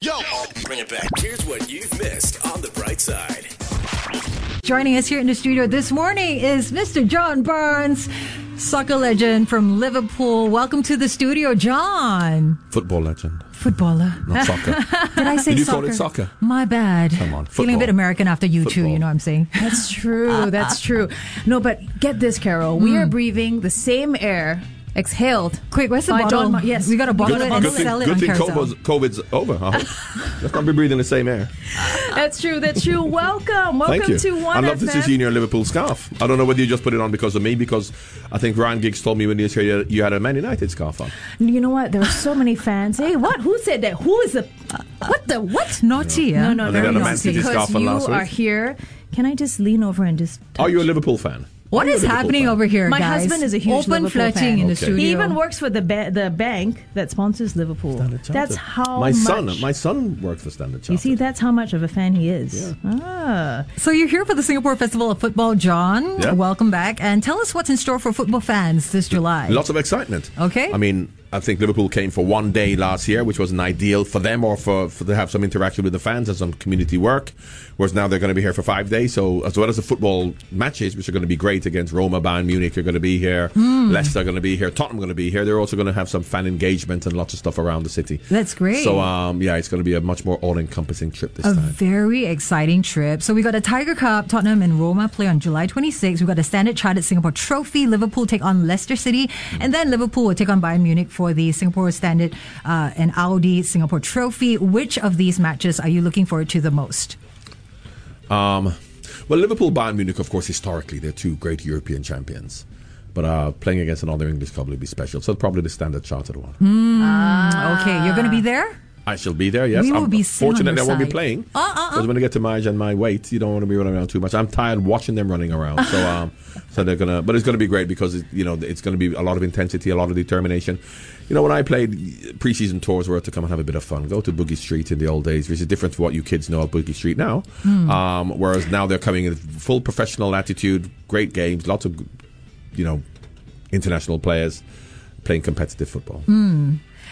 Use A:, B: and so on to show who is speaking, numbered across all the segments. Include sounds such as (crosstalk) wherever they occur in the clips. A: Yo,
B: Bring it back. Here's what you've missed on the bright side.
C: Joining us here in the studio this morning is Mr. John Barnes, soccer legend from Liverpool. Welcome to the studio, John.
D: Football legend,
C: Footballer.
E: (laughs)
D: not soccer.
C: Did I say
D: Did you
C: soccer?
D: call it soccer?
C: My bad.
D: Come on,
C: Feeling a bit
D: football.
C: American after you two, you
D: Football.
C: know what I'm saying?
E: That's
D: (laughs)
E: true. That's true. No, but get this, Carol. We are breathing the same air exhaled.
C: Quick, where's the
E: by
C: bottle?
E: John Ma- yes,
C: We gotta bottle it
D: good,
C: and
D: good
C: sell it
D: thing,
C: on
D: good thing
C: Carousel.
D: COVID's, COVID's over. I
E: (laughs)
D: hope. Let's not be breathing the same air.
E: (laughs) That's true. That's true. Welcome, welcome
D: Thank you.
E: to
D: I
E: one
D: love
E: FM.
D: to see you in your Liverpool scarf. I don't know whether you just put it on because of me, because I think Ryan Giggs told me when he was here you had a Man United scarf on.
E: You know what? There are so many fans. Hey, what? Who said that? Who is the? What the? What?
C: Naughty, yeah?
E: No, no,
D: I
E: no,
D: think I
E: no.
D: had a Man City
E: Because
D: scarf on
E: you
D: last week.
E: are here. Can I just lean over and just?
D: Are you a Liverpool fan?
C: What
D: Are you a
C: is
D: Liverpool
C: happening
D: fan?
C: over here,
E: My
C: guys?
E: husband is a huge
C: Open
E: Liverpool
C: flirting
E: fan.
C: in the
D: Okay.
C: studio.
E: He even works for the ba- the bank that sponsors Liverpool. That's how
D: my
E: much.
D: son. My son worked for Standard Chartered.
E: you see, that's how much of a fan he is. Ah.
C: So you're here for the Singapore Festival of Football, John.
D: Yeah.
C: Welcome back, and tell us what's in store for football fans this July.
D: Lots of excitement.
C: Okay.
D: I mean, I think Liverpool came for one day last year, which wasn't ideal for them or for, for to have some interaction with the fans and some community work. Whereas now they're going to be here for five days. So as well as the football matches, which are going to be great against Roma, Bayern Munich, are going to be here.
C: Hmm.
D: Leicester are going to be here. Tottenham are going to be here. They're also going to have some fan engagement and lots of stuff around the city.
C: That's great.
D: So um, yeah, it's going to be a much more all-encompassing trip this
C: A
D: time.
C: very exciting trip. So we got a Tiger Cup, Tottenham and Roma play on July 26. We got a Standard Chartered Singapore Trophy. Liverpool take on Leicester City, and then Liverpool will take on Bayern Munich for the Singapore Standard uh, and Audi Singapore Trophy. Which of these matches are you looking forward to the most?
D: Um, well, Liverpool, Bayern Munich, of course, historically they're two great European champions. But uh, playing against another English club would be special. So probably the standard chartered one.
C: okay, you're going to be there.
D: I shall be there. Yes,
C: We will
D: I'm
C: be sitting on
D: fortunately I
C: your
D: won't be
C: side.
D: playing.
C: Uh, uh, uh.
D: Because when I get to my age and my weight, you don't want to be running around too much. I'm tired watching them running around.
C: (laughs)
D: So, um, so they're gonna. But it's gonna be great because it, you know it's gonna be a lot of intensity, a lot of determination. You know, when I played uh, preseason tours, were to come and have a bit of fun, go to Boogie Street in the old days, which is different to what you kids know of Boogie Street now.
C: Hmm.
D: Um, whereas now they're coming in full professional attitude, great games, lots of you know international players playing competitive football.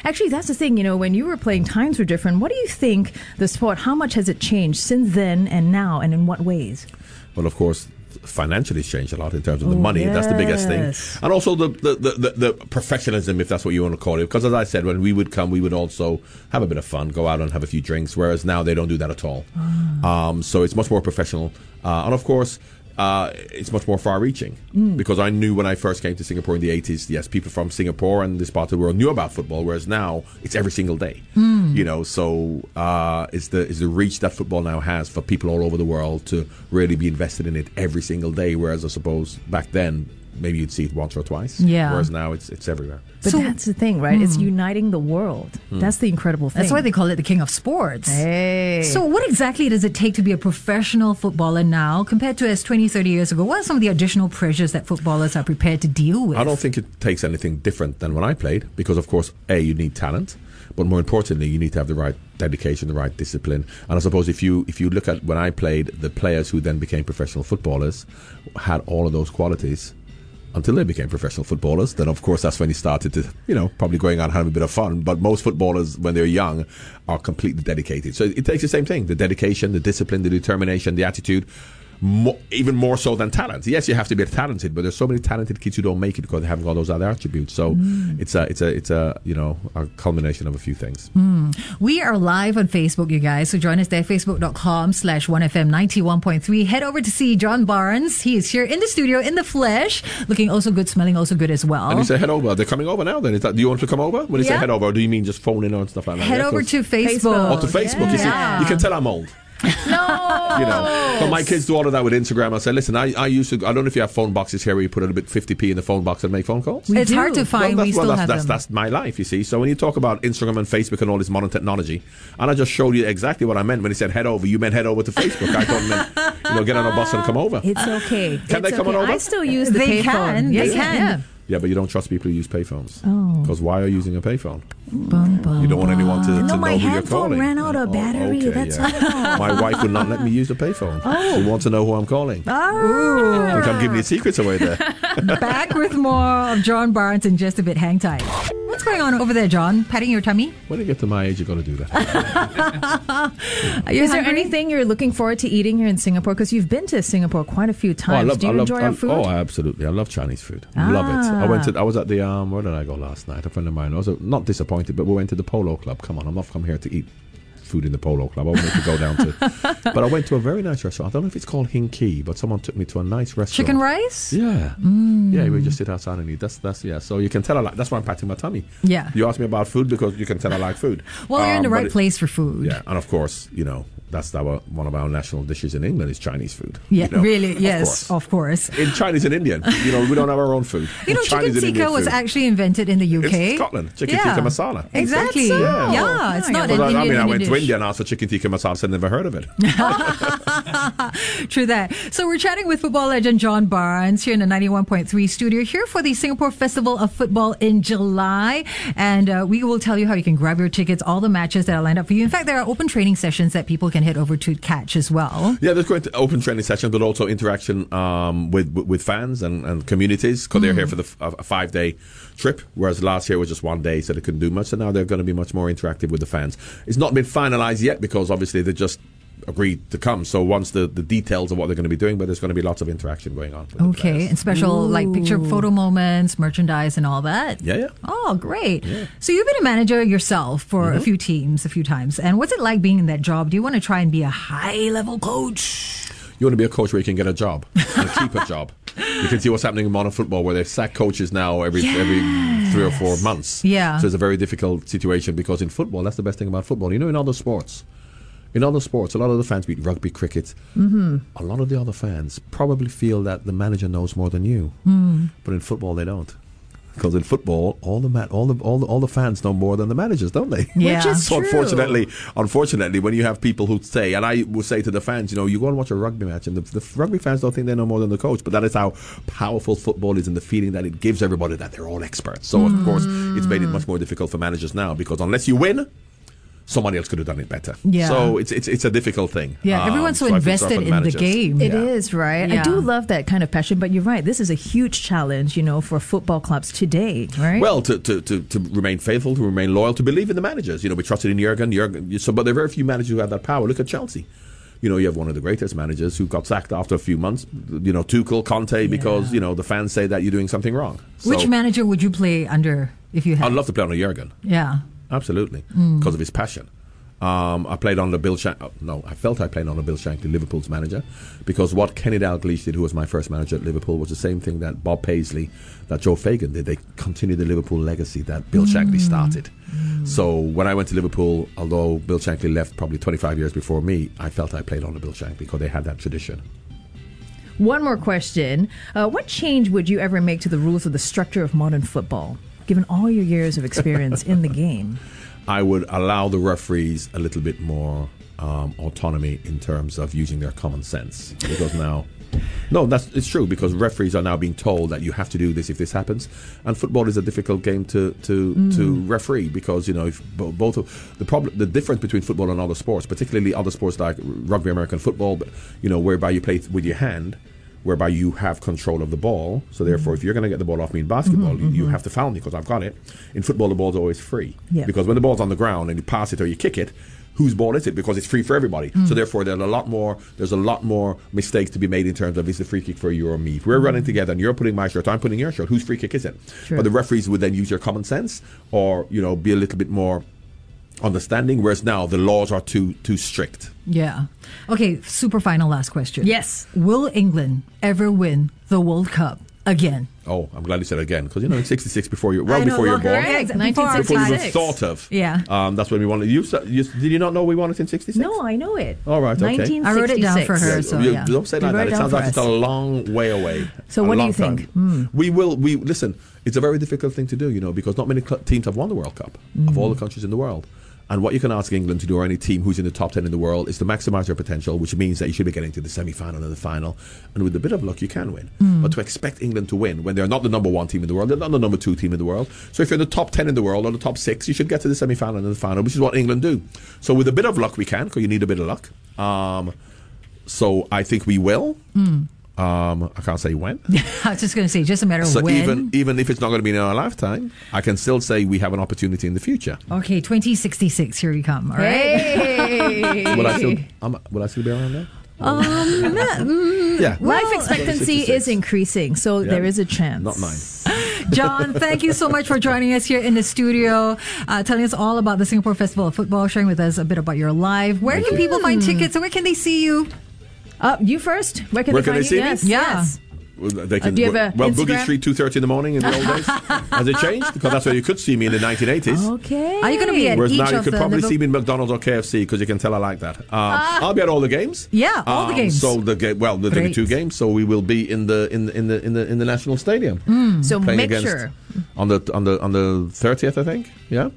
E: Actually, that's the thing. You know, when you were playing, times were different. What do you think the sport? How much has it changed since then and now, and in what ways?
D: Well, of course, financially it's changed a lot in terms of the money. That's the biggest thing.
E: yes.
D: And also the, the, the, the, the professionalism, if that's what you want to call it. Because as I said, when we would come, we would also have a bit of fun, go out and have a few drinks, whereas now they don't do that at all. Um, so it's much more professional. Uh, and of course, uh, it's much more far reaching because I knew when I first came to Singapore in the 80s, yes, people from Singapore and this part of the world knew about football, whereas now it's every single day. You know, so uh, it's, the, it's the reach that football now has for people all over the world to really be invested in it every single day, whereas I suppose back then, maybe you'd see it once or twice.
C: Yeah.
D: Whereas now it's, it's everywhere.
E: But
C: So- Hmm.
E: that's the thing, right? It's uniting the world.
D: Hmm.
E: That's the incredible thing.
C: That's why they call it the King of Sports.
E: Hey.
C: So, what exactly does it take to be a professional footballer now compared to as 20, 30 years ago? What are some of the additional pressures that footballers are prepared to deal with?
D: I don't think it takes anything different than when I played because, of course, A, you need talent, but more importantly, you need to have the right dedication, the right discipline. And I suppose if you if you look at when I played, the players who then became professional footballers had all of those qualities until they became professional footballers. Then, of course, that's when you started to, you know, probably going out and having a bit of fun. But most footballers, when they're young, are completely dedicated. So it, it takes the same thing the dedication, the discipline, the determination, the attitude. Mo even more so than talent. Yes, you have to be talented, but there's so many talented kids who don't make it because they haven't got those other attributes. So
C: Mm.
D: it's a, it's a, it's a, you know, a culmination of a few things.
C: Mm. We are live on Facebook, you guys. So join us there, facebook.com slash 1FM91.3. Head over to see John Barnes. He is here in the studio, in the flesh, looking also good, smelling also good as well.
D: And you say head over. They're coming over now. Then is that, do you want to come over? When you
C: Yeah.
D: say head over, do you mean just phone in or stuff like that?
C: Head
D: Yeah,
C: over
D: 'cause-
C: to
D: or
C: Facebook.
D: to Facebook. You
C: Yeah.
D: see, you can tell I'm old.
E: no.
D: (laughs) you know. But my kids do all of that with Instagram. I said, listen, I, I used to. I don't know if you have phone boxes here where you put a bit 50p in the phone box and make phone calls.
C: It's
E: do.
C: hard to find.
D: Well,
C: we
D: that's,
C: still
D: well, that's,
C: have
D: that's,
C: them.
D: that's my life, you see. So when you talk about Instagram and Facebook and all this modern technology, and I just showed you exactly what I meant when he said head over. You meant head over to Facebook. I thought it meant you know get on a bus and come over.
E: It's okay.
D: Can
E: it's
D: they come on
E: okay.
D: over?
E: I still use the
C: They
E: payphone.
C: can.
E: They
C: They
E: can.
C: can.
E: Yeah.
D: yeah, but you don't trust people who use payphones.
E: Oh.
D: Because why are you using a payphone?
C: Bum, bum. (laughs)
D: You don't want anyone to, to know
E: Ah. my
D: who you're
E: handphone
D: calling. Oh,
E: ran out of battery, that's Oh.
D: yeah. My wife would not let me use the payphone. She wants to know who I'm calling.
E: Ah.
D: I think I'm giving your secrets away there.
C: Back with more of John Barnes in just a bit. Hang tight. What's going on over there, John? Patting your tummy?
D: When you get to my age, you're going to do that.
C: Are you
E: Is there
C: hungry?
E: anything you're looking forward to eating here in Singapore? Because you've been to Singapore quite a few
D: Oh, I
E: times.
D: love,
E: Do you
D: I love,
E: enjoy
D: I-
E: our food?
D: Oh, absolutely. I love Chinese food. Love it. I went to, I was at the, um, where did I go last night? A friend of mine. I was uh, not disappointed, but we went to the Polo Club. Come on, I'm not come here to eat food in the Polo Club. I wanted to go
C: (laughs)
D: down to, but I went to a very nice restaurant. I don't know if it's called Hinki, but someone took me to a nice restaurant.
C: Chicken rice? Mm.
D: Yeah, yeah. We just sit outside and eat. That's that's yeah. So you can tell I like. That's why I'm patting my tummy.
C: Yeah.
D: You asked me about food because you can tell I like food.
C: (laughs) Well, you're in
D: Um,
C: the
D: but
C: right
D: it-
C: place for food.
D: Yeah, and of course, you know that's our one of our national dishes in England is Chinese food.
C: Yeah,
D: you know.
C: really?
D: Of
C: Yes,
D: course.
C: of course.
D: In Chinese and Indian, you know, we don't have our own food.
C: You know,
D: Chinese and
C: chicken
D: Indian
C: tikka was
D: food.
C: actually invented in the UK.
D: It's Scotland. Chicken
C: Yeah.
D: tikka masala.
C: Exactly.
E: so?
C: Yeah,
E: Yeah.
C: it's not
E: Yeah.
C: an
D: Because I,
C: Indian
D: I mean, I went to
C: dish.
D: India and asked for chicken tikka masala and never heard of it.
C: True that. So we're chatting with football legend John Barnes here in the 91.3 studio here for the Singapore Festival of Football in July. And uh, we will tell you how you can grab your tickets, all the matches that are lined up for you. In fact, there are open training sessions that people can head over to catch as well.
D: Yeah, there's going to open training sessions, but also interaction um, with with fans and, and communities because
C: Mm.
D: they're here for the f- a five day trip, whereas last year was just one day, so they couldn't do much. So now they're going to be much more interactive with the fans. It's not been finalized yet because obviously they just agreed to come. So once the, the details of what they're going to be doing, but there's going to be lots of interaction going on. With the
C: Okay,
D: players.
C: and special like picture photo moments, merchandise, and all that.
D: Yeah, yeah.
C: Oh, great. So you've been a manager yourself for a few teams, a few times. And what's it like being in that job? Do you want to try and be a high level coach?
D: You want to be a coach where you can get a job and keep a job. You can see what's happening in modern football where they sack coaches now every every three or four months.
C: Yeah.
D: So it's a very difficult situation because in football, that's the best thing about football. You know, in other sports, in other sports, a lot of the fans beat rugby, cricket. Mm-hmm. A lot of the other fans probably feel that the manager knows more than you,
C: Hmm.
D: but in football they don't. Because in football, all the, ma- all, the, all the all the fans know more than the managers, don't they?
C: Yeah. Which is
D: so
E: true.
D: unfortunately, unfortunately, when you have people who say, and I will say to the fans, you know, you go and watch a rugby match, and the, the rugby fans don't think they know more than the coach. But that is how powerful football is, and the feeling that it gives everybody that they're all experts. So of course, it's made it
C: Hmm.
D: much more difficult for managers now because unless you win. Somebody else could have done it better.
C: Yeah.
D: So it's it's, it's a difficult thing.
C: Yeah,
D: Um,
C: everyone's so,
D: I feel
C: invested
D: sorry for
C: in the
D: managers.
C: game.
E: It is
D: Yeah.
E: right? I do
C: Yeah.
E: love that kind of passion, but you're right. This is a huge challenge, you know, for football clubs today, right?
D: Well, to, to, to, to remain faithful, to remain loyal, to believe in the managers. You know, we trusted in Jurgen. Jurgen so, but there are very few managers who have that power. Look at Chelsea. You know, you have one of the greatest managers who got sacked after a few months. You know, Tuchel, Conte, because you know the fans say that you're doing something wrong. So,
C: Which manager would you play under if you had?
D: I'd love to play under Jurgen.
C: yeah.
D: Absolutely, because of his passion. Um, I played under Bill Shank. oh, No, I felt I played under Bill Shankly, Liverpool's manager, because what Kenny Dalglish did, who was my first manager at Liverpool, was the same thing that Bob Paisley, that Joe Fagan did. They continued the Liverpool legacy that Bill Shankly started. So when I went to Liverpool, although Bill Shankly left probably 25 years before me, I felt I played under Bill Shankly because they had that tradition.
E: One more question. Uh, what change would you ever make to the rules of the structure of modern football, given all your years of experience in the game?
D: I would allow the referees a little bit more um, autonomy in terms of using their common sense because now. No, that's it's true because referees are now being told that you have to do this if this happens, and football is a difficult game to to, to referee because you know if bo- both of the problem the difference between football and other sports, particularly other sports like rugby, American football, but you know whereby you play with your hand, whereby you have control of the ball. So
E: Mm-hmm.
D: therefore, if you're going to get the ball off me in basketball, you, you have to foul me because I've got it. In football, the ball's always free
E: Yeah.
D: because when the ball's on the ground and you pass it or you kick it, whose ball is it? Because it's free for everybody.
E: Mm.
D: So therefore, there's a lot more. There's a lot more mistakes to be made in terms of is the free kick for you or me. If we're running together and you're putting my shirt, I'm putting your shirt. Whose free kick is it?
E: Mm-hmm. True.
D: But the referees would then use your common sense or you know be a little bit more understanding. Whereas now the laws are too too strict.
C: Yeah. Okay, super final last question.
E: Yes.
C: Will England ever win the World Cup again? (laughs)
D: Oh, I'm glad you said it again because you know in '66 before you well
C: I know,
D: (laughs) before your
C: well,
D: born.
C: correct.
E: Before
C: Before our
D: Before you even
E: 1966.
C: Six.
D: thought of,
C: Yeah.
D: um, that's when we wanted. You, sa- you did you not know we won it in '66?
E: No, I know it.
D: All right, okay.
C: I wrote it down for her.
D: Yeah,
C: so,
D: you-
C: yeah.
D: Don't say it
E: You
D: like
E: wrote
D: that.
E: it
D: It
E: down
D: sounds
E: for
D: like it's a
E: us.
D: long way away.
E: So
D: A
E: what do you
D: long time.
E: think?
D: We will. We listen. It's a very difficult thing to do, you know, because not many cl- teams have won the World Cup of all the countries in the world. And what you can ask England to do, or any team who's in the top ten in the world, is to maximise their potential, which means that you should be getting to the semi-final and the final. And with a bit of luck, you can win. But to expect England to win when they're not the number one team in the world, they're not the number two team in the world. So if you're in the top ten in the world or the top six, you should get to the semi-final and the final, which is what England do. So with a bit of luck, we can, because you need a bit of luck. Um, so I think we will. Um, I can't say when.
C: I was just going to say, just a matter of
D: So
C: when.
D: even even if it's not going to be in our lifetime, I can still say we have an opportunity in the future.
C: okay, 2066, here we come. All right.
E: Hey.
D: Will I
E: (laughs)
D: still? I'm, will I still be around there? (laughs)
C: Um,
D: Yeah.
E: Life expectancy
D: 66.
E: is increasing, so there is a chance.
D: Not mine.
C: John, thank you so much for joining us here in the studio, uh, telling us all about the Singapore Festival of Football, sharing with us a bit about your life. Where can people find tickets and where can they see you?
E: Uh, you first. Where can
D: Where
E: they
D: can
E: find
D: they see
E: you?
D: me?
E: Yes.
C: Yeah.
E: yes.
D: Well, They
C: Uh,
D: can,
E: do you have a
D: well,
E: Instagram?
D: Boogie Street, two thirty in the morning in the old
C: (laughs)
D: days. Has it changed? Because that's where you could see me in the nineteen eighties.
E: Okay.
C: Are you gonna be at-
D: Whereas
C: each
D: now you
C: of
D: could
C: the
D: probably
C: Liverpool-
D: see me in McDonald's or KFC because you can tell I like that. Um, I'll be at all the games.
C: Ah. Yeah, all the
D: Um,
C: games.
D: So the game, well, there'll be
C: Great.
D: two games. So we will be in the in the in the in the, in the national stadium
C: Hmm.
E: So
D: playing
E: make
D: against
E: sure.
D: on the on the on the thirtieth, I think. Yeah,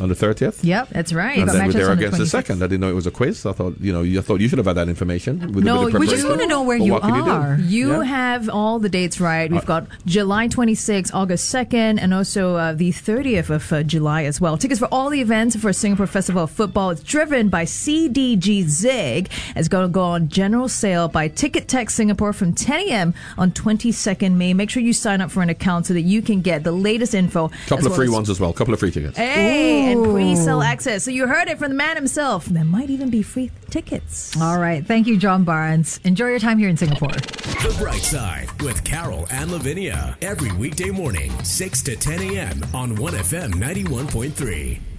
D: on the thirtieth.
C: Yep.
E: That's right.
D: And
C: got
D: then
C: matches
D: they're
C: on the
D: against the
C: 26th.
D: second. I didn't know it was a quiz. I thought you know you I thought you should have had that information. With
E: No,
D: a bit of
E: we just
D: preparation.
E: wanna
C: know where
D: But
C: you
D: what can
C: are.
D: do?
E: You
D: Yeah. Uh,
E: have all the dates right. We've got July 26, August 2nd, and also uh, the 30th of uh, July as well. Tickets for all the events for Singapore Festival of Football is driven by CDG Zig. It's going to go on general sale by Ticket Tech Singapore from 10 a.m. on 22nd May. Make sure you sign up for an account so that you can get the latest info.
D: couple
E: as
D: of
E: well
D: free
E: as-
D: ones as well. Couple of free tickets.
E: Hey,
C: Ooh.
E: and pre-sale access. So you heard it from the man himself. There might even be free tickets.
C: All right. Thank you, John Barnes. Enjoy your time here in Singapore.
B: The Bright Side with Carol and Lavinia. Every weekday morning, 6 to 10 a.m. on 1FM 91.3.